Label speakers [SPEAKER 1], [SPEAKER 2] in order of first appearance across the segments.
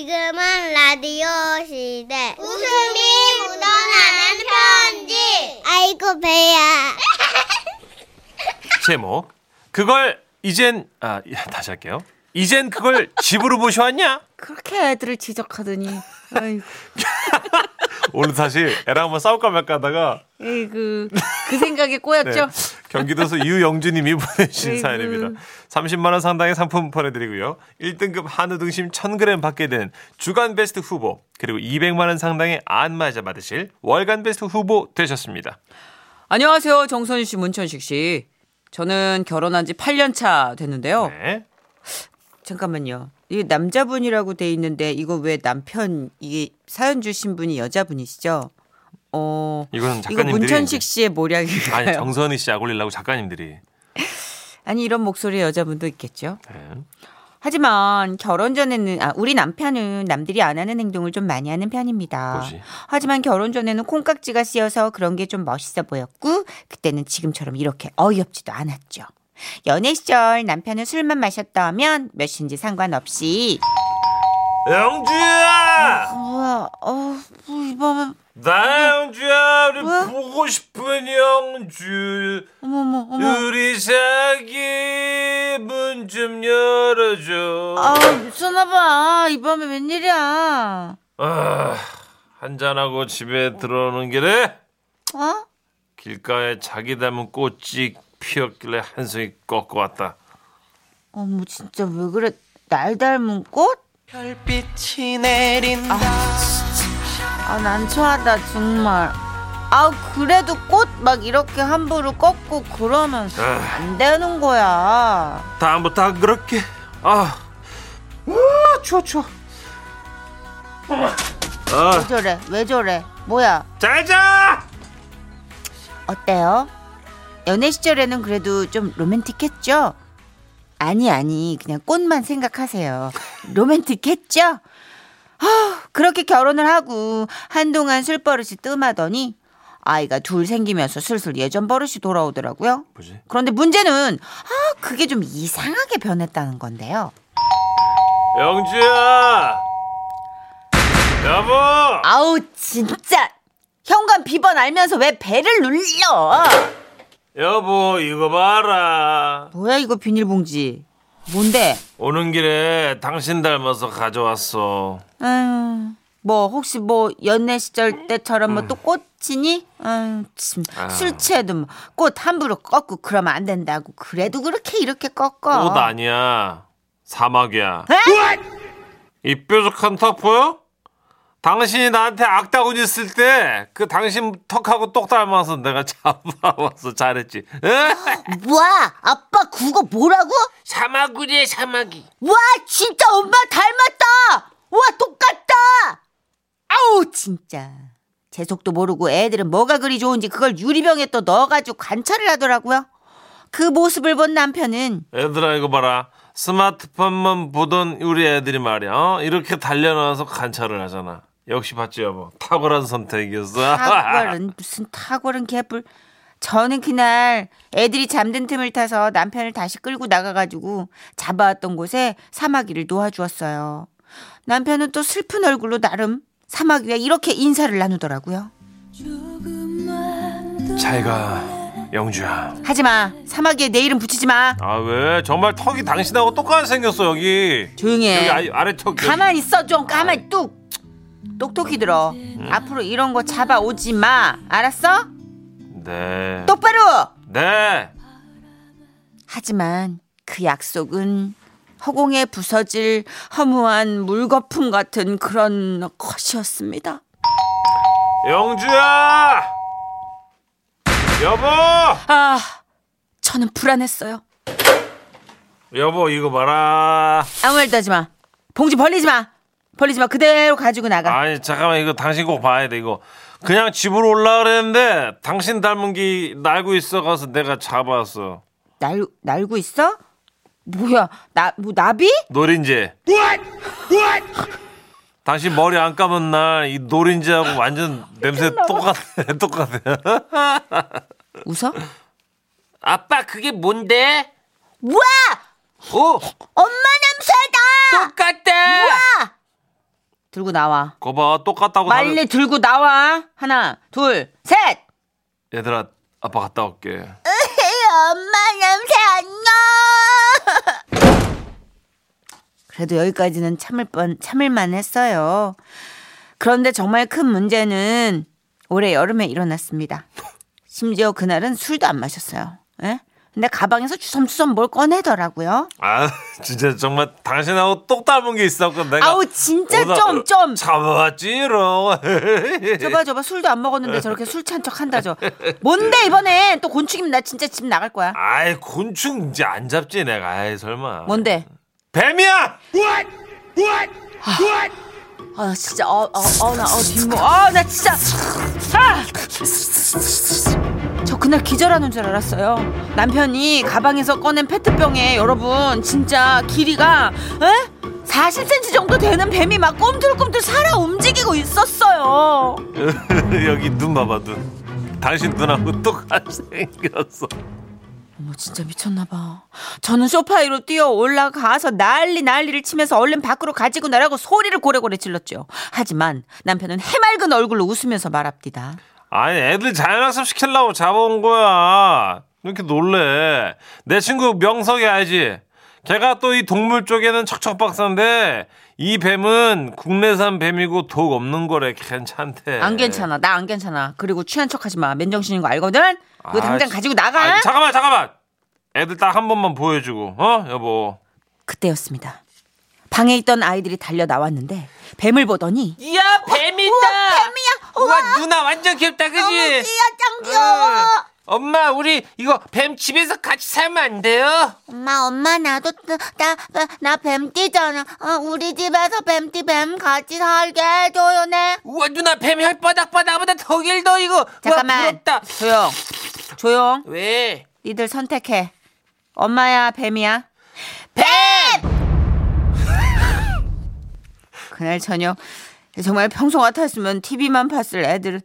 [SPEAKER 1] 지금은 라디오 시대.
[SPEAKER 2] 웃음이 묻어나는 편지.
[SPEAKER 1] 아이고, 배야.
[SPEAKER 3] 제목 그걸 이젠 아 예, 다시 할게요. 이젠 그걸 집으로 모셔왔냐?
[SPEAKER 4] 그렇게 애들을 지적하더니 아이고,
[SPEAKER 3] 오늘 사실 애랑 한번 싸울까 말까 하다가
[SPEAKER 4] 에이그 그 생각에
[SPEAKER 3] 네,
[SPEAKER 4] 꼬였죠.
[SPEAKER 3] 경기도서 이유영주님이 보내주신
[SPEAKER 4] 아이고.
[SPEAKER 3] 사연입니다. 30만 원 상당의 상품 보내드리고요. 1등급 한우 등심 1,000g 받게 된 주간 베스트 후보 그리고 200만 원 상당의 안마자 받으실 월간 베스트 후보 되셨습니다.
[SPEAKER 4] 안녕하세요, 정선희 씨, 문천식 씨. 저는 결혼한 지 8년 차 됐는데요.
[SPEAKER 3] 네.
[SPEAKER 4] 잠깐만요. 이게 남자분이라고 돼 있는데 이거 왜 남편 이게 사연 주신 분이 여자분이시죠? 어.
[SPEAKER 3] 이건
[SPEAKER 4] 이거
[SPEAKER 3] 작가님들이
[SPEAKER 4] 문천식
[SPEAKER 3] 이제-
[SPEAKER 4] 씨의 모략일까요?
[SPEAKER 3] 아니
[SPEAKER 4] 아니,
[SPEAKER 3] 정선희 씨 악올리려고 작가님들이
[SPEAKER 4] 이런 목소리의 여자분도 있겠죠.
[SPEAKER 3] 네.
[SPEAKER 4] 하지만 결혼 전에는 아, 우리 남편은 남들이 안 하는 행동을 좀 많이 하는 편입니다.
[SPEAKER 3] 뭐지?
[SPEAKER 4] 하지만 결혼 전에는 콩깍지가 씌어서 그런 게 좀 멋있어 보였고 그때는 지금처럼 이렇게 어이없지도 않았죠. 연애 시절 남편은 술만 마셨다면 몇인지 상관없이
[SPEAKER 3] 영주야,
[SPEAKER 4] 우와 어우 아, 뭐 이 밤에
[SPEAKER 3] 나 영주야, 우리
[SPEAKER 4] 왜?
[SPEAKER 3] 보고 싶은 영주.
[SPEAKER 4] 어머머 어머
[SPEAKER 3] 우리 자기 문 좀 열어줘.
[SPEAKER 4] 아 미쳤나봐 이 밤에 웬일이야
[SPEAKER 3] 아, 한잔하고 집에 들어오는 길에
[SPEAKER 4] 어?
[SPEAKER 3] 길가에 자기 닮은 꽃이 피었길래 한송이 꺾고 왔다.
[SPEAKER 4] 어머 진짜 왜 그래 날 닮은 꽃?
[SPEAKER 5] 별빛이 내린다
[SPEAKER 4] 아 난처하다 정말 아 그래도 꽃 막 이렇게 함부로 꺾고 그러면
[SPEAKER 3] 아,
[SPEAKER 4] 안 되는 거야
[SPEAKER 3] 다음부터 안 그렇게. 아, 아 추워 추워.
[SPEAKER 4] 왜 저래? 왜 저래? 뭐야?
[SPEAKER 3] 잘자.
[SPEAKER 4] 어때요? 연애 시절에는 그래도 좀 로맨틱했죠? 아니 아니 그냥 꽃만 생각하세요. 로맨틱했죠? 아 그렇게 결혼을 하고 한동안 술 버릇이 뜸하더니 아이가 둘 생기면서 슬슬 예전 버릇이 돌아오더라고요.
[SPEAKER 3] 뭐지?
[SPEAKER 4] 그런데 문제는 아 그게 좀 이상하게 변했다는 건데요.
[SPEAKER 3] 영주야. 여보.
[SPEAKER 4] 아우 진짜 현관 비번 알면서 왜 배를 눌러?
[SPEAKER 3] 여보 이거 봐라.
[SPEAKER 4] 뭐야 이거 비닐봉지? 뭔데?
[SPEAKER 3] 오는 길에 당신 닮아서 가져왔어.
[SPEAKER 4] 아유, 뭐 혹시 뭐 연애
[SPEAKER 3] 네.
[SPEAKER 4] 시절 때처럼 뭐 또 꽃이니? 아유, 참,
[SPEAKER 3] 아유.
[SPEAKER 4] 술 취해도 뭐꽃 함부로 꺾고 그러면 안 된다고. 그래도 그렇게 이렇게 꺾어.
[SPEAKER 3] 꽃 아니야. 사막이야. 이 뾰족한 턱 보여? 당신이 나한테 악다구니 쓸 때, 그 당신 턱하고 똑 닮아서 내가 잡아와서 잘했지. 에?
[SPEAKER 4] 와, 아빠 그거 뭐라고?
[SPEAKER 3] 사마구니의 사마귀.
[SPEAKER 4] 와, 진짜 엄마 닮았다. 와, 똑같다. 아우, 진짜. 제 속도 모르고 애들은 뭐가 그리 좋은지 그걸 유리병에 또 넣어가지고 관찰을 하더라고요. 그 모습을 본 남편은
[SPEAKER 3] 얘들아, 이거 봐라. 스마트폰만 보던 우리 애들이 말이야. 어? 이렇게 달려나와서 관찰을 하잖아. 역시 봤지, 여보. 탁월한 선택이었어.
[SPEAKER 4] 탁월은 무슨 탁월은 개뿔. 저는 그날 애들이 잠든 틈을 타서 남편을 다시 끌고 나가가지고 잡아왔던 곳에 사마귀를 놓아주었어요. 남편은 또 슬픈 얼굴로 나름 사마귀와 이렇게 인사를 나누더라고요.
[SPEAKER 3] 잘 가, 영주야.
[SPEAKER 4] 하지마 사마귀에 내 이름 붙이지 마.
[SPEAKER 3] 아, 왜? 정말 턱이 당신하고 똑같이 생겼어, 여기.
[SPEAKER 4] 조용히
[SPEAKER 3] 여기
[SPEAKER 4] 해.
[SPEAKER 3] 아, 아래 턱. 여기.
[SPEAKER 4] 예. 가만히 있어 좀 가만히 뚝 똑똑히 들어.
[SPEAKER 3] 음.
[SPEAKER 4] 앞으로 이런 거 잡아오지 마. 알았어?
[SPEAKER 3] 네.
[SPEAKER 4] 똑바로.
[SPEAKER 3] 네.
[SPEAKER 4] 하지만 그 약속은 허공에 부서질 허무한 물거품 같은 그런 컷이었습니다.
[SPEAKER 3] 영주야! 여보!
[SPEAKER 4] 아, 저는 불안했어요.
[SPEAKER 3] 여보, 이거 봐라.
[SPEAKER 4] 아무 말도 하지 마. 봉지 벌리지 마. 벌리지 마. 그대로 가지고 나가.
[SPEAKER 3] 아니, 잠깐만, 이거 당신 꼭 봐야 돼, 이거. 그냥 집으로 올라 그랬는데, 당신 닮은 게 날고 있어가서 내가 잡았어.
[SPEAKER 4] 날 날고 있어? 뭐야? 나 뭐 나비?
[SPEAKER 3] 노린재. 당신 머리 안 감은 날 이 노린재하고 완전 냄새 똑같아, 똑같아.
[SPEAKER 4] 웃어?
[SPEAKER 3] 아빠, 그게 뭔데?
[SPEAKER 4] 와!
[SPEAKER 3] 오!
[SPEAKER 4] 엄마 냄새다.
[SPEAKER 3] 똑같다!
[SPEAKER 4] 와! 들고 나와.
[SPEAKER 3] 거봐 똑같다고
[SPEAKER 4] 빨리
[SPEAKER 3] 다들-
[SPEAKER 4] 들고 나와. 하나, 둘, 셋.
[SPEAKER 3] 얘들아 아빠 갔다 올게
[SPEAKER 4] 엄마 냄새 안녕. 그래도 여기까지는 참을 뻔 참을만 했어요. 그런데 정말 큰 문제는 올해 여름에 일어났습니다. 심지어 그날은 술도 안 마셨어요. 예? 근데 가방에서 주섬주섬 뭘 꺼내더라고요.
[SPEAKER 3] 아 진짜 정말 당신하고 똑 닮은 게 있었고 내가
[SPEAKER 4] 아우 진짜
[SPEAKER 3] 그러니까 오다-
[SPEAKER 4] 좀 좀.
[SPEAKER 3] 잡았지롱
[SPEAKER 4] 저봐 저봐 술도 안 먹었는데 저렇게 술 취한 척 한다 저. 뭔데 이번엔 또 곤충이면 나 진짜 집 나갈 거야.
[SPEAKER 3] 아이 곤충 이제 안 잡지 내가 아이 설마
[SPEAKER 4] 뭔데?
[SPEAKER 3] 뱀이야
[SPEAKER 4] 아 나 진짜 어어어나 어, 뒷목 아나 진짜 아! 저 그날 기절하는 줄 알았어요. 남편이 가방에서 꺼낸 페트병에 여러분 진짜 길이가 에? 40cm 정도 되는 뱀이 막 꼼틀꼼틀 살아 움직이고 있었어요.
[SPEAKER 3] 여기 눈 봐봐 눈 당신 눈하고 똑같이 생겼어
[SPEAKER 4] 어머 진짜 미쳤나봐. 저는 소파 위로 뛰어 올라가서 난리 난리를 치면서 얼른 밖으로 가지고 나라고 소리를 고래고래 질렀죠. 하지만 남편은 해맑은 얼굴로 웃으면서 말합니다.
[SPEAKER 3] 아니 애들 자연학습 시키려고 잡아온 거야 왜 이렇게 놀래 내 친구 명석이 알지 걔가 또 이 동물 쪽에는 척척 박사인데 이 뱀은 국내산 뱀이고 독 없는 거래 괜찮대
[SPEAKER 4] 안 괜찮아. 나 안 괜찮아. 그리고 취한 척하지 마. 맨정신인 거 알거든. 너
[SPEAKER 3] 아,
[SPEAKER 4] 당장
[SPEAKER 3] 씨.
[SPEAKER 4] 가지고 나가.
[SPEAKER 3] 아니, 잠깐만 잠깐만 애들 딱 한 번만 보여주고 어 여보
[SPEAKER 4] 그때였습니다. 방에 있던 아이들이 달려 나왔는데 뱀을 보더니
[SPEAKER 5] 야 어, 뱀이다. 우와 누나 완전 귀엽다 그지?
[SPEAKER 1] 짱 귀여워.
[SPEAKER 5] 아. 엄마 우리 이거 뱀 집에서 같이 살면 안 돼요?
[SPEAKER 1] 엄마, 엄마, 나도, 나, 나, 나 뱀띠잖아. 어, 우리 집에서 뱀띠 뱀 같이 살게 해줘요, 네.
[SPEAKER 5] 우와 누나 뱀 혓바닥바 나보다 더 길다 이거.
[SPEAKER 4] 잠깐만.
[SPEAKER 5] 와, 부럽다.
[SPEAKER 4] 조용. 조용.
[SPEAKER 5] 왜?
[SPEAKER 4] 니들 선택해. 엄마야 뱀이야. 뱀! 그날 저녁 정말 평소 같았으면 TV만 봤을 애들은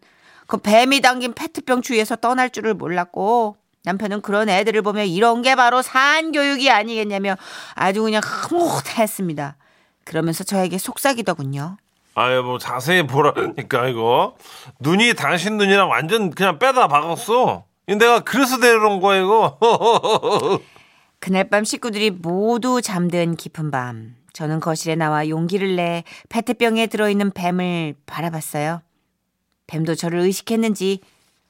[SPEAKER 4] 그 뱀이 담긴 페트병 주위에서 떠날 줄을 몰랐고 남편은 그런 애들을 보며 이런 게 바로 산교육이 아니겠냐며 아주 그냥 흐뭇했습니다. 그러면서 저에게 속삭이더군요.
[SPEAKER 3] 아 여보 자세히 보라니까 그러니까 이거 눈이 당신 눈이랑 완전 그냥 빼다 박았어 이거 내가 그래서 데려온 거야 이거
[SPEAKER 4] 그날 밤 식구들이 모두 잠든 깊은 밤. 저는 거실에 나와 용기를 내 페트병에 들어있는 뱀을 바라봤어요. 뱀도 저를 의식했는지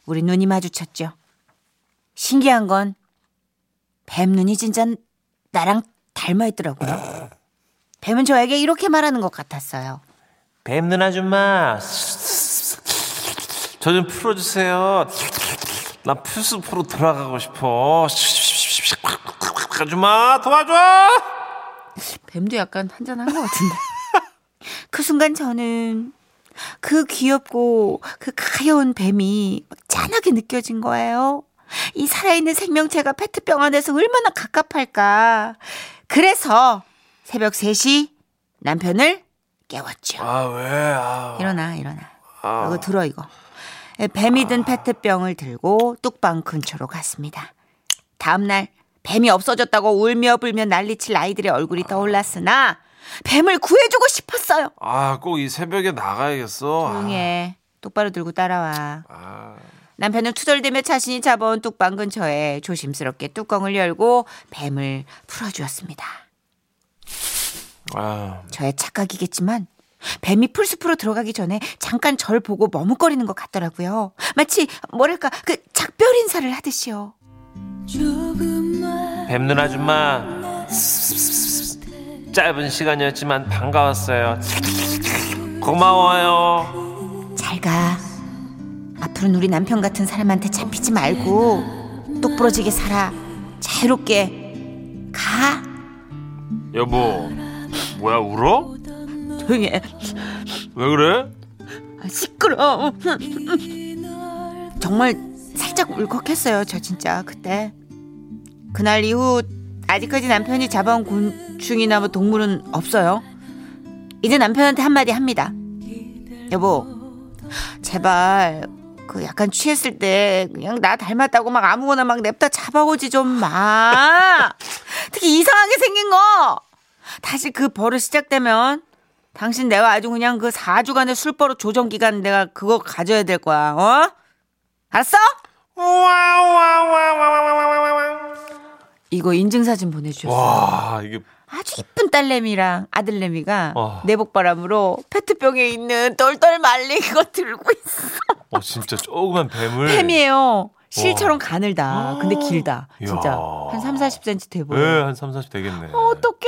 [SPEAKER 4] 우리 눈이 마주쳤죠. 신기한 건 뱀 눈이 진짜 나랑 닮아있더라고요. 뱀은 저에게 이렇게 말하는 것 같았어요.
[SPEAKER 3] 뱀 눈 아줌마 저 좀 풀어주세요 나 풀숲으로 돌아가고 싶어 아줌마 도와줘
[SPEAKER 4] 뱀도 약간 한잔한 것 같은데. 그 순간 저는 그 귀엽고 그 가여운 뱀이 막 짠하게 느껴진 거예요. 이 살아있는 생명체가 페트병 안에서 얼마나 갑갑할까. 그래서 새벽 3시 남편을 깨웠죠.
[SPEAKER 3] 아, 아왜 아.
[SPEAKER 4] 일어나, 일어나. 이거 들어, 이거. 예, 뱀이 든 페트병을 들고 뚝방 근처로 갔습니다. 다음날 뱀이 없어졌다고 울며 불며 난리칠 아이들의 얼굴이 떠올랐으나 뱀을 구해주고 싶었어요.
[SPEAKER 3] 아, 꼭 이 새벽에 나가야겠어.
[SPEAKER 4] 조용해. 똑바로 들고 따라와.
[SPEAKER 3] 아,
[SPEAKER 4] 남편은 투덜대며 자신이 잡아온 뚝방 근처에 조심스럽게 뚜껑을 열고 뱀을 풀어주었습니다.
[SPEAKER 3] 아, 아,
[SPEAKER 4] 저의 착각이겠지만 뱀이 풀숲으로 들어가기 전에 잠깐 절 보고 머뭇거리는 것 같더라고요. 마치 뭐랄까 그 작별 인사를 하듯이요.
[SPEAKER 5] 뱀눈 아줌마 짧은 시간이었지만 반가웠어요. 고마워요.
[SPEAKER 4] 잘 가. 앞으로는 우리 남편 같은 사람한테 잡히지 말고 똑부러지게 살아. 자유롭게 가.
[SPEAKER 3] 여보, 뭐야 울어?
[SPEAKER 4] 조용히 해.
[SPEAKER 3] 왜 그래?
[SPEAKER 4] 아, 시끄러워. 정말 살짝 울컥했어요. 저 진짜 그때. 그날 이후 아직까지 남편이 잡아온 곤충이나 뭐 동물은 없어요. 이제 남편한테 한마디 합니다. 여보, 제발 그 약간 취했을 때 그냥 나 닮았다고 막 아무거나 막 냅다 잡아오지 좀 마. 특히 이상하게 생긴 거. 다시 그 버릇 시작되면 당신 내가 아주 그냥 그 4주간의 술버릇 조정 기간 내가 그거 가져야 될 거야. 어? 알았어? 이거 인증사진 보내주셨어.
[SPEAKER 3] 와 이게
[SPEAKER 4] 아주 이쁜 딸내미랑 아들내미가
[SPEAKER 3] 와.
[SPEAKER 4] 내복바람으로 페트병에 있는 똘똘 말린 거 들고 있어.
[SPEAKER 3] 어 진짜 조그만 뱀을
[SPEAKER 4] 햄이에요. 실처럼 가늘다. 근데 길다. 진짜
[SPEAKER 3] 이야.
[SPEAKER 4] 한 3, 40cm 돼 보여.
[SPEAKER 3] 네, 예한 3, 40 되겠네.
[SPEAKER 4] 어떡해.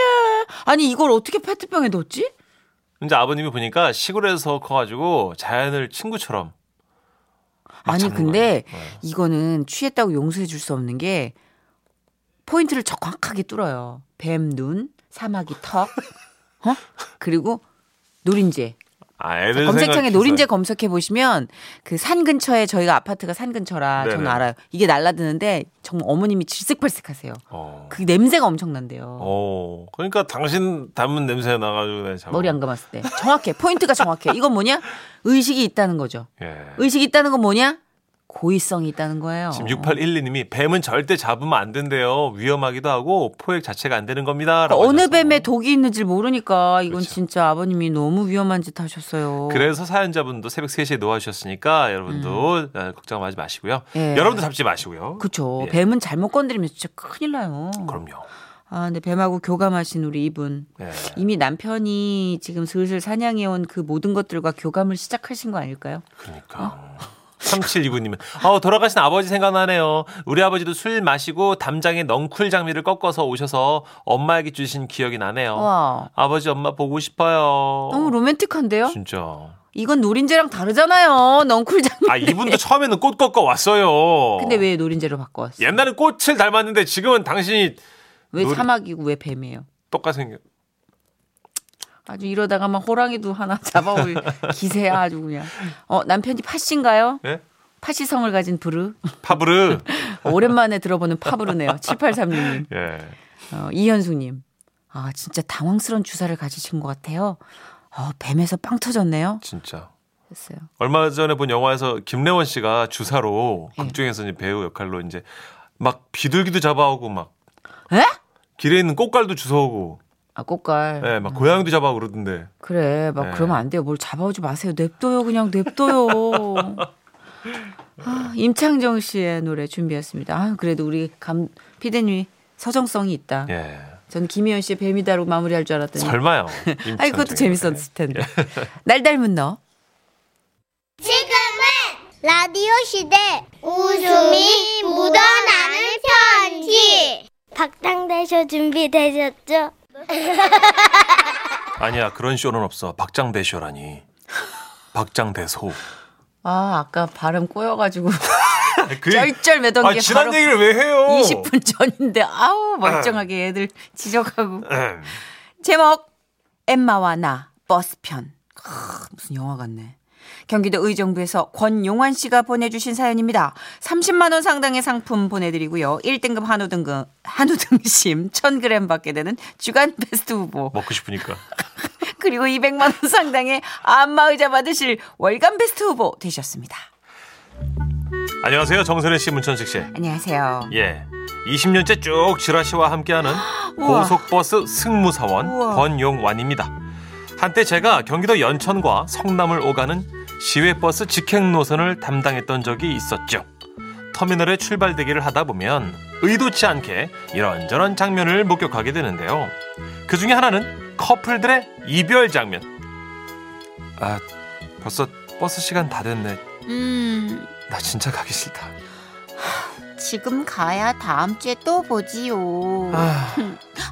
[SPEAKER 4] 아니 이걸 어떻게 페트병에 넣었지?
[SPEAKER 3] 이제 아버님이 보니까 시골에서 커가지고 자연을 친구처럼 막
[SPEAKER 4] 아니
[SPEAKER 3] 잡는
[SPEAKER 4] 근데
[SPEAKER 3] 거예요. 예.
[SPEAKER 4] 이거는 취했다고 용서해 줄 수 없는 게 포인트를 정확하게 뚫어요. 뱀 눈, 사마귀 턱, 어? 그리고 노린재.
[SPEAKER 3] 아, 애들
[SPEAKER 4] 검색창에
[SPEAKER 3] 생각해서.
[SPEAKER 4] 노린재 검색해 보시면 그 산 근처에 저희가 아파트가 산 근처라 저는
[SPEAKER 3] 네네.
[SPEAKER 4] 알아요. 이게 날라드는데 정말 어머님이 질색팔색하세요.
[SPEAKER 3] 어.
[SPEAKER 4] 그 냄새가 엄청난대요.
[SPEAKER 3] 어. 그러니까 당신 닮은 냄새 나가지고 내가 잡아.
[SPEAKER 4] 머리 안 감았을 때 정확해 포인트가 정확해. 이건 뭐냐? 의식이 있다는 거죠.
[SPEAKER 3] 예.
[SPEAKER 4] 의식이 있다는 건 뭐냐? 고의성이 있다는 거예요.
[SPEAKER 3] 지금 6812님이 뱀은 절대 잡으면 안 된대요. 위험하기도 하고 포획 자체가 안 되는 겁니다. 라고
[SPEAKER 4] 그러니까 어느
[SPEAKER 3] 하셨어.
[SPEAKER 4] 뱀에 독이 있는지 모르니까 이건
[SPEAKER 3] 그렇죠.
[SPEAKER 4] 진짜 아버님이 너무 위험한 짓 하셨어요.
[SPEAKER 3] 그래서 사연자분도 새벽 3시에 노하셨으니까 여러분도 어, 걱정하지 마시고요.
[SPEAKER 4] 음. 예.
[SPEAKER 3] 여러분도 잡지 마시고요.
[SPEAKER 4] 그쵸.
[SPEAKER 3] 예.
[SPEAKER 4] 뱀은 잘못 건드리면 진짜 큰일 나요.
[SPEAKER 3] 그럼요.
[SPEAKER 4] 아, 근데 뱀하고 교감하신 우리 이분.
[SPEAKER 3] 예.
[SPEAKER 4] 이미 남편이 지금 슬슬 사냥해온 그 모든 것들과 교감을 시작하신 거 아닐까요?
[SPEAKER 3] 그러니까.
[SPEAKER 4] 어?
[SPEAKER 3] 3729님은 어, 돌아가신 아버지 생각나네요. 우리 아버지도 술 마시고 담장에 넝쿨 장미를 꺾어서 오셔서 엄마에게 주신 기억이 나네요.
[SPEAKER 4] 와.
[SPEAKER 3] 아버지 엄마 보고 어. 싶어요.
[SPEAKER 4] 너무 로맨틱한데요?
[SPEAKER 3] 진짜.
[SPEAKER 4] 이건 노린재랑 다르잖아요. 넝쿨장.
[SPEAKER 3] 아 이분도 처음에는 꽃 꺾어 왔어요.
[SPEAKER 4] 근데 왜 노린재로 바꿔왔어?
[SPEAKER 3] 옛날엔 꽃을 닮았는데 지금은 당신이
[SPEAKER 4] 왜
[SPEAKER 3] 노린-
[SPEAKER 4] 사막이고 왜 뱀이에요?
[SPEAKER 3] 똑같이 생겨.
[SPEAKER 4] 아주 이러다가 막 호랑이도 하나 잡아올 기세야 아주 그냥. 어 남편이 팥인가요?
[SPEAKER 3] 예?
[SPEAKER 4] 파시성을 가진 부르.
[SPEAKER 3] 파브르.
[SPEAKER 4] 오랜만에 들어보는 팝으로네요. 7836님,
[SPEAKER 3] 예.
[SPEAKER 4] 어, 이현숙님. 아, 진짜 당황스러운 주사를 가지신 것 같아요. 어, 뱀에서 빵 터졌네요.
[SPEAKER 3] 진짜.
[SPEAKER 4] 했어요.
[SPEAKER 3] 얼마 전에 본 영화에서 김래원 씨가 주사로
[SPEAKER 4] 예.
[SPEAKER 3] 극중에서 이제 배우 역할로 이제 막 비둘기도 잡아오고 막
[SPEAKER 4] 에?
[SPEAKER 3] 길에 있는 꽃갈도 주워오고
[SPEAKER 4] 아, 꽃갈.
[SPEAKER 3] 예, 막 고양이도 잡아오고 그러던데.
[SPEAKER 4] 그래, 막
[SPEAKER 3] 네.
[SPEAKER 4] 그러면 안 돼요. 뭘 잡아오지 마세요. 냅둬요, 그냥 냅둬요. 아, 임창정 씨의 노래 준비했습니다. 아, 그래도 우리 감 피디님이 서정성이 있다.
[SPEAKER 3] 예.
[SPEAKER 4] 전 김희연 씨의 뱀이다로 마무리할 줄 알았더니.
[SPEAKER 3] 설마요.
[SPEAKER 4] 아이, 그것도 재밌었을 텐데.
[SPEAKER 3] 예.
[SPEAKER 4] 날 닮은 너.
[SPEAKER 2] 지금은 라디오 시대 웃음이 묻어나는 편지 박장대쇼 준비되셨죠?
[SPEAKER 3] 아니야 그런 쇼는 없어. 박장대쇼라니. 박장대소.
[SPEAKER 4] 아, 아까 발음 꼬여가지고.
[SPEAKER 3] 그
[SPEAKER 4] 쩔쩔 매던
[SPEAKER 3] 아,
[SPEAKER 4] 게
[SPEAKER 3] 지난
[SPEAKER 4] 바로
[SPEAKER 3] 얘기를 왜 해요?
[SPEAKER 4] 20분 전인데 아우 멀쩡하게 애들 지적하고
[SPEAKER 3] 음.
[SPEAKER 4] 제목 엠마와 나 버스편 크, 무슨 영화 같네 경기도 의정부에서 권용환 씨가 보내주신 사연입니다. 30만 원 상당의 상품 보내드리고요. 1등급 한우 등급 한우 등심 1,000g 받게 되는 주간 베스트 후보
[SPEAKER 3] 먹고 싶으니까.
[SPEAKER 4] 그리고 200만 원 상당의 안마 의자 받으실 월간 베스트 후보 되셨습니다.
[SPEAKER 3] 안녕하세요 정선혜 씨, 문천식 씨.
[SPEAKER 4] 안녕하세요.
[SPEAKER 3] 예. 20년째 쭉 지라 씨와 함께하는
[SPEAKER 4] 우와.
[SPEAKER 3] 고속버스 승무사원
[SPEAKER 4] 우와.
[SPEAKER 3] 권용완입니다. 한때 제가 경기도 연천과 성남을 오가는 시외버스 직행 노선을 담당했던 적이 있었죠. 터미널에 출발 대기를 하다 보면 의도치 않게 이런저런 장면을 목격하게 되는데요. 그 중에 하나는 커플들의 이별 장면. 아, 벌써 버스 시간 다 됐네.
[SPEAKER 1] 음,
[SPEAKER 3] 나 진짜 가기 싫다.
[SPEAKER 1] 지금 가야 다음 주에 또 보지요.
[SPEAKER 3] 아,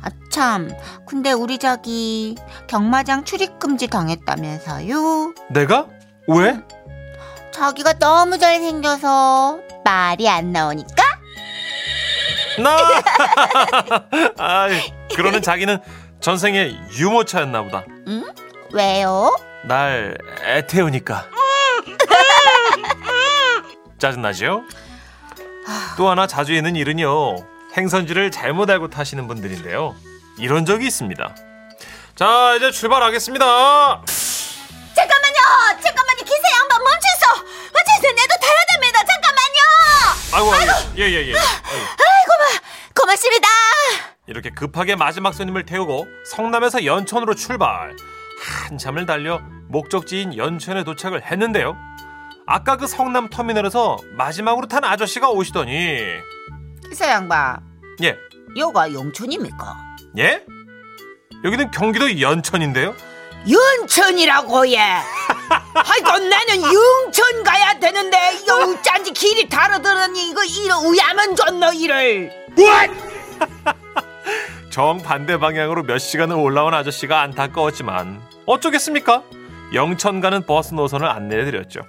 [SPEAKER 1] 아, 참. 근데 우리 저기 경마장 출입금지 당했다면서요?
[SPEAKER 3] 내가? 왜?
[SPEAKER 1] 자기가 너무 잘생겨서 말이 안 나오니까?
[SPEAKER 3] 나. 아, 그러는 자기는 전생에 유모차였나 보다.
[SPEAKER 1] 왜요?
[SPEAKER 3] 날 애태우니까. 짜증나죠? 또 하나 자주 있는 일은요. 행선지를 잘못 알고 타시는 분들인데요. 이런 적이 있습니다. 자, 이제 출발하겠습니다.
[SPEAKER 1] 잠깐만요! 잠깐만요! 기세 양반 멈추소! 어째서 아, 내도 타야 됩니다! 잠깐만요!
[SPEAKER 3] 아이고, 아이고. 예, 예, 예. 아이고.
[SPEAKER 1] 고맙습니다!
[SPEAKER 3] 이렇게 급하게 마지막 손님을 태우고 성남에서 연천으로 출발. 한참을 달려 목적지인 연천에 도착을 했는데요. 아까 그 성남 터미널에서 마지막으로 탄 아저씨가 오시더니
[SPEAKER 4] 새 양반
[SPEAKER 3] 예,
[SPEAKER 4] 여가 영천입니까?
[SPEAKER 3] 예? 여기는 경기도 연천인데요.
[SPEAKER 4] 연천이라고 예. 아이고 나는 영천 가야 되는데 영짠지 길이 다르더니 이거 이런 우야만 줬노 이를.
[SPEAKER 3] 정반대 방향으로 몇 시간을 올라온 아저씨가 안타까웠지만 어쩌겠습니까? 영천 가는 버스 노선을 안내해드렸죠.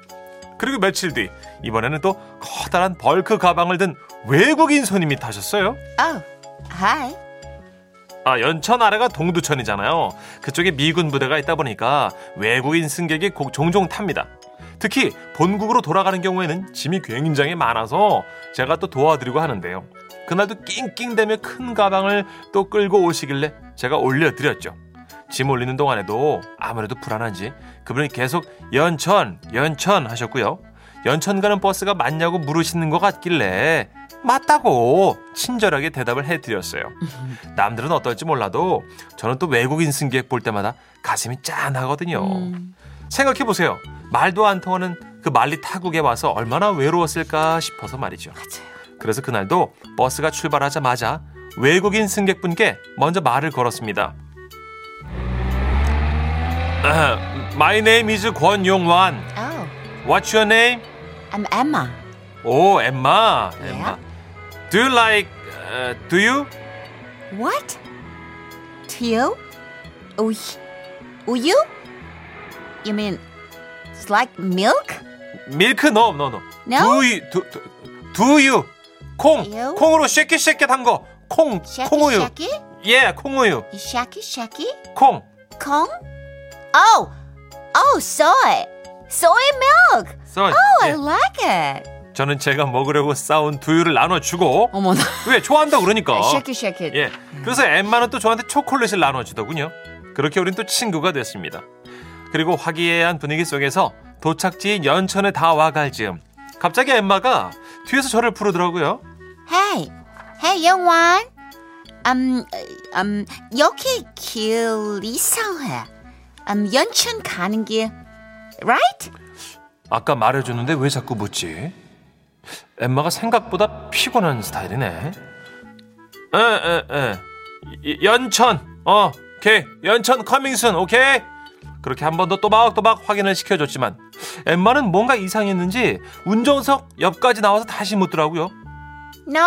[SPEAKER 3] 그리고 며칠 뒤 이번에는 또 커다란 벌크 가방을 든 외국인 손님이 타셨어요.
[SPEAKER 4] 아우 하이.
[SPEAKER 3] 아, 연천 아래가 동두천이잖아요. 그쪽에 미군 부대가 있다 보니까 외국인 승객이 고- 종종 탑니다. 특히 본국으로 돌아가는 경우에는 짐이 굉장히 많아서 제가 또 도와드리고 하는데요. 그날도 낑낑대며 큰 가방을 또 끌고 오시길래 제가 올려드렸죠. 짐 올리는 동안에도 아무래도 불안한지 그분이 계속 연천, 연천 하셨고요. 연천 가는 버스가 맞냐고 물으시는 것 같길래 맞다고 친절하게 대답을 해드렸어요. 남들은 어떨지 몰라도 저는 또 외국인 승객 볼 때마다 가슴이 짠하거든요. 생각해 보세요. 말도 안 통하는 그 말리 타국에 와서 얼마나 외로웠을까 싶어서 말이죠. 그래서 그날도 버스가 출발하자마자 외국인 승객분께 먼저 말을 걸었습니다. My name is 권용환.
[SPEAKER 4] 아우
[SPEAKER 3] What's your name?
[SPEAKER 4] Oh, I'm Emma.
[SPEAKER 3] 오, 엠마. 엠마. Do you like? uh, do you?
[SPEAKER 4] What? Tio? Uy. Uyu? You mean it's like milk?
[SPEAKER 3] 밀크 no no no.
[SPEAKER 4] No?
[SPEAKER 3] 두유 두, 두, 두유 콩
[SPEAKER 4] 두유?
[SPEAKER 3] 콩으로 쉐킷 쉐킷 한거 콩 콩우유
[SPEAKER 4] Shaki?
[SPEAKER 3] 예 콩우유
[SPEAKER 4] Shaki shaki?
[SPEAKER 3] 콩
[SPEAKER 4] Kong? Oh! Oh, soy! Soy milk! Oh,
[SPEAKER 3] 써.
[SPEAKER 4] I
[SPEAKER 3] 예.
[SPEAKER 4] like it!
[SPEAKER 3] 저는 제가 먹으려고 싸온 두유를 나눠주고
[SPEAKER 4] 어머나.
[SPEAKER 3] 왜 좋아한다 그러니까
[SPEAKER 4] Shaki shaki.
[SPEAKER 3] 예 그래서 엠마는 또 저한테 초콜릿을 나눠주더군요 그렇게 우린 또 친구가 됐습니다 그리고 화기애애한 분위기 속에서 도착지인 연천에 다 와갈 즈음 갑자기 엠마가 뒤에서 저를 부르더라고요
[SPEAKER 4] Hey! Hey, 영원! Um, um, 여기 길 이상해. Um, 연천 가는 길. Right?
[SPEAKER 3] 아까 말해줬는데 왜 자꾸 묻지? 엠마가 생각보다 피곤한 스타일이네. 에에에 연천 어 오케이 연천 커밍순 오케이 그렇게 한 번 더 또박또박 확인을 시켜줬지만 엠마는 뭔가 이상했는지 운전석 옆까지 나와서 다시 묻더라고요.
[SPEAKER 4] No,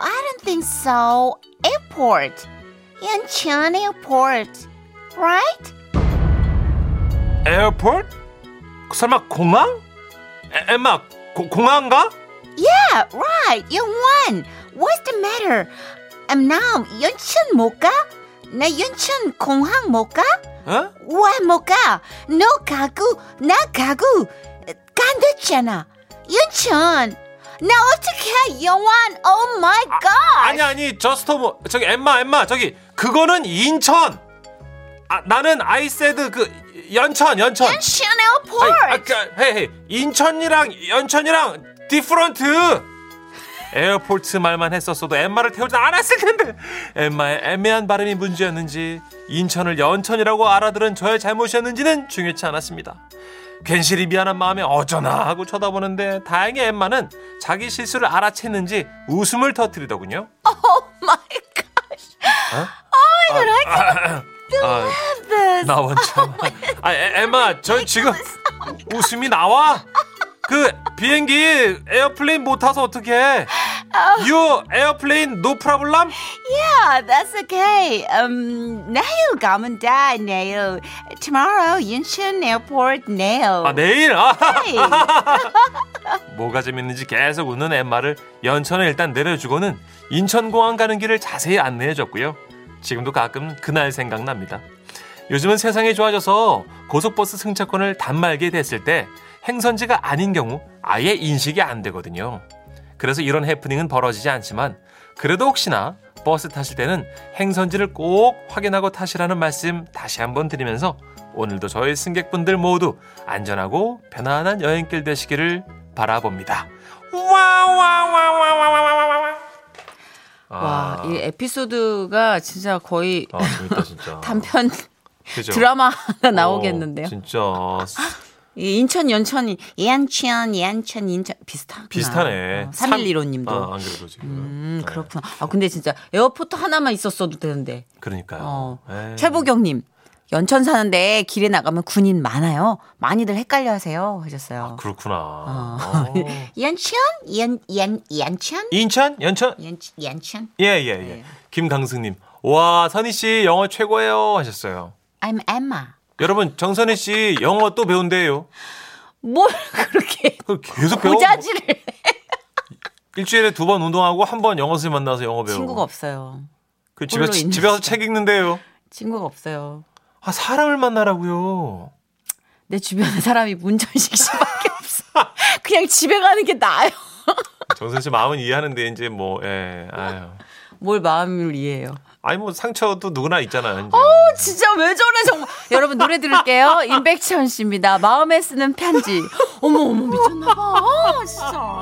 [SPEAKER 4] I don't think so. Airport. Incheon Airport. Right?
[SPEAKER 3] 에어포트? 설마 공항? 에- 엠마 고- 공항가?
[SPEAKER 4] Yeah, right. You won. What's the matter? I'm now Yuncheon 못 가? 나 Yuncheon 공항 못 가?
[SPEAKER 3] 어?
[SPEAKER 4] 왜못 가? 너 가고 나 가고 간댔잖아. Yuncheon. 나 어떻게 영원? Oh my
[SPEAKER 3] 아니
[SPEAKER 4] god.
[SPEAKER 3] 아니 저스터 뭐 저기 엠마 엠마 저기 그거는 인천 아 나는 아이세드 그 연천 연천
[SPEAKER 4] Incheon Airport.
[SPEAKER 3] 아이, 아, 그, 헤이 헤이 인천이랑 연천이랑 디프런트 에어포트 말만 했었어도 엠마를 태우지 않았을 텐데 엠마의 애매한 발음이 문제였는지 인천을 연천이라고 알아들은 저의 잘못이었는지는 중요치 않았습니다 괜시리 미안한 마음에 어쩌나 하고 쳐다보는데 다행히 엠마는 자기 실수를 알아챘는지 웃음을 터뜨리더군요
[SPEAKER 4] my
[SPEAKER 3] 아,
[SPEAKER 4] god.
[SPEAKER 3] 나 원참. 아, 에- 엠마, 저 지금 웃음이 나와. 그 비행기 에어플레인 못 타서 어떡해? 유 에어플레인 노 프라블람?
[SPEAKER 4] Yeah, that's okay. Um, 내일 가면 돼, 내일. Tomorrow, Incheon Airport, 내일.
[SPEAKER 3] 아, 내일. 아,
[SPEAKER 4] Hey.
[SPEAKER 3] 뭐가 재밌는지 계속 웃는 엠마를 연천에 일단 내려주고는 인천공항 가는 길을 자세히 안내해줬고요. 지금도 가끔 그날 생각납니다. 요즘은 세상이 좋아져서 고속버스 승차권을 단말기에 댔을 때 행선지가 아닌 경우 아예 인식이 안 되거든요. 그래서 이런 해프닝은 벌어지지 않지만 그래도 혹시나 버스 타실 때는 행선지를 꼭 확인하고 타시라는 말씀 다시 한번 드리면서 오늘도 저희 승객분들 모두 안전하고 편안한 여행길 되시기를 바라봅니다. 와와와와와와와와.
[SPEAKER 5] 와, 이 에피소드가 진짜 거의
[SPEAKER 3] 아 재밌다 아, 진짜.
[SPEAKER 5] 단편
[SPEAKER 3] 그죠?
[SPEAKER 4] 드라마 하나
[SPEAKER 3] 어,
[SPEAKER 4] 나오겠는데요.
[SPEAKER 3] 진짜
[SPEAKER 4] 이 인천 연천이 예안천 예안천 인천 비슷하구나.
[SPEAKER 3] 비슷하네.
[SPEAKER 4] 3115님도.
[SPEAKER 3] 아, 안 그래도 지금.
[SPEAKER 4] 음
[SPEAKER 3] 네.
[SPEAKER 4] 그렇구나. 아 근데 진짜 에어포트 하나만 있었어도 되는데.
[SPEAKER 3] 그러니까요.
[SPEAKER 4] 어.
[SPEAKER 3] 에이.
[SPEAKER 4] 최보경님 연천 사는데 길에 나가면 군인 많아요. 많이들 헷갈려하세요 하셨어요.
[SPEAKER 3] 그렇구나.
[SPEAKER 4] 어.
[SPEAKER 3] 어.
[SPEAKER 4] 연천 연연 연천
[SPEAKER 3] 인천, 연천.
[SPEAKER 4] 연 연천.
[SPEAKER 3] 예, 예, 예. 김강승님, 와 선희 씨 영어 최고예요 하셨어요.
[SPEAKER 4] I'm Emma.
[SPEAKER 3] 여러분 정선희 씨 영어 또 배운대요.
[SPEAKER 4] 뭘 그렇게
[SPEAKER 3] 그 계속 배워.
[SPEAKER 4] 고자질을 해.
[SPEAKER 3] 일주일에 두 번 운동하고 한 번 영어 선생 님 만나서 영어 배우고.
[SPEAKER 4] 친구가 없어요.
[SPEAKER 3] 그 집에
[SPEAKER 4] 홀로 있는
[SPEAKER 3] 집에서 책 읽는데요.
[SPEAKER 4] 친구가 없어요.
[SPEAKER 3] 아 사람을 만나라고요.
[SPEAKER 4] 내 주변에 사람이 문전식 씨밖에 없어. 그냥 집에 가는 게 나아요.
[SPEAKER 3] 정선 씨 마음은 이해하는데 이제 뭐 예. 아유.
[SPEAKER 4] 뭘 마음을 이해해요. 어,
[SPEAKER 3] 아니 뭐 상처도 누구나 있잖아요. 이제.
[SPEAKER 4] 진짜 왜 저래 정말. 여러분 노래 들을게요. 임백천 씨입니다. 마음에 쓰는 편지. 어머 어머 미쳤나 봐. 아, 진짜.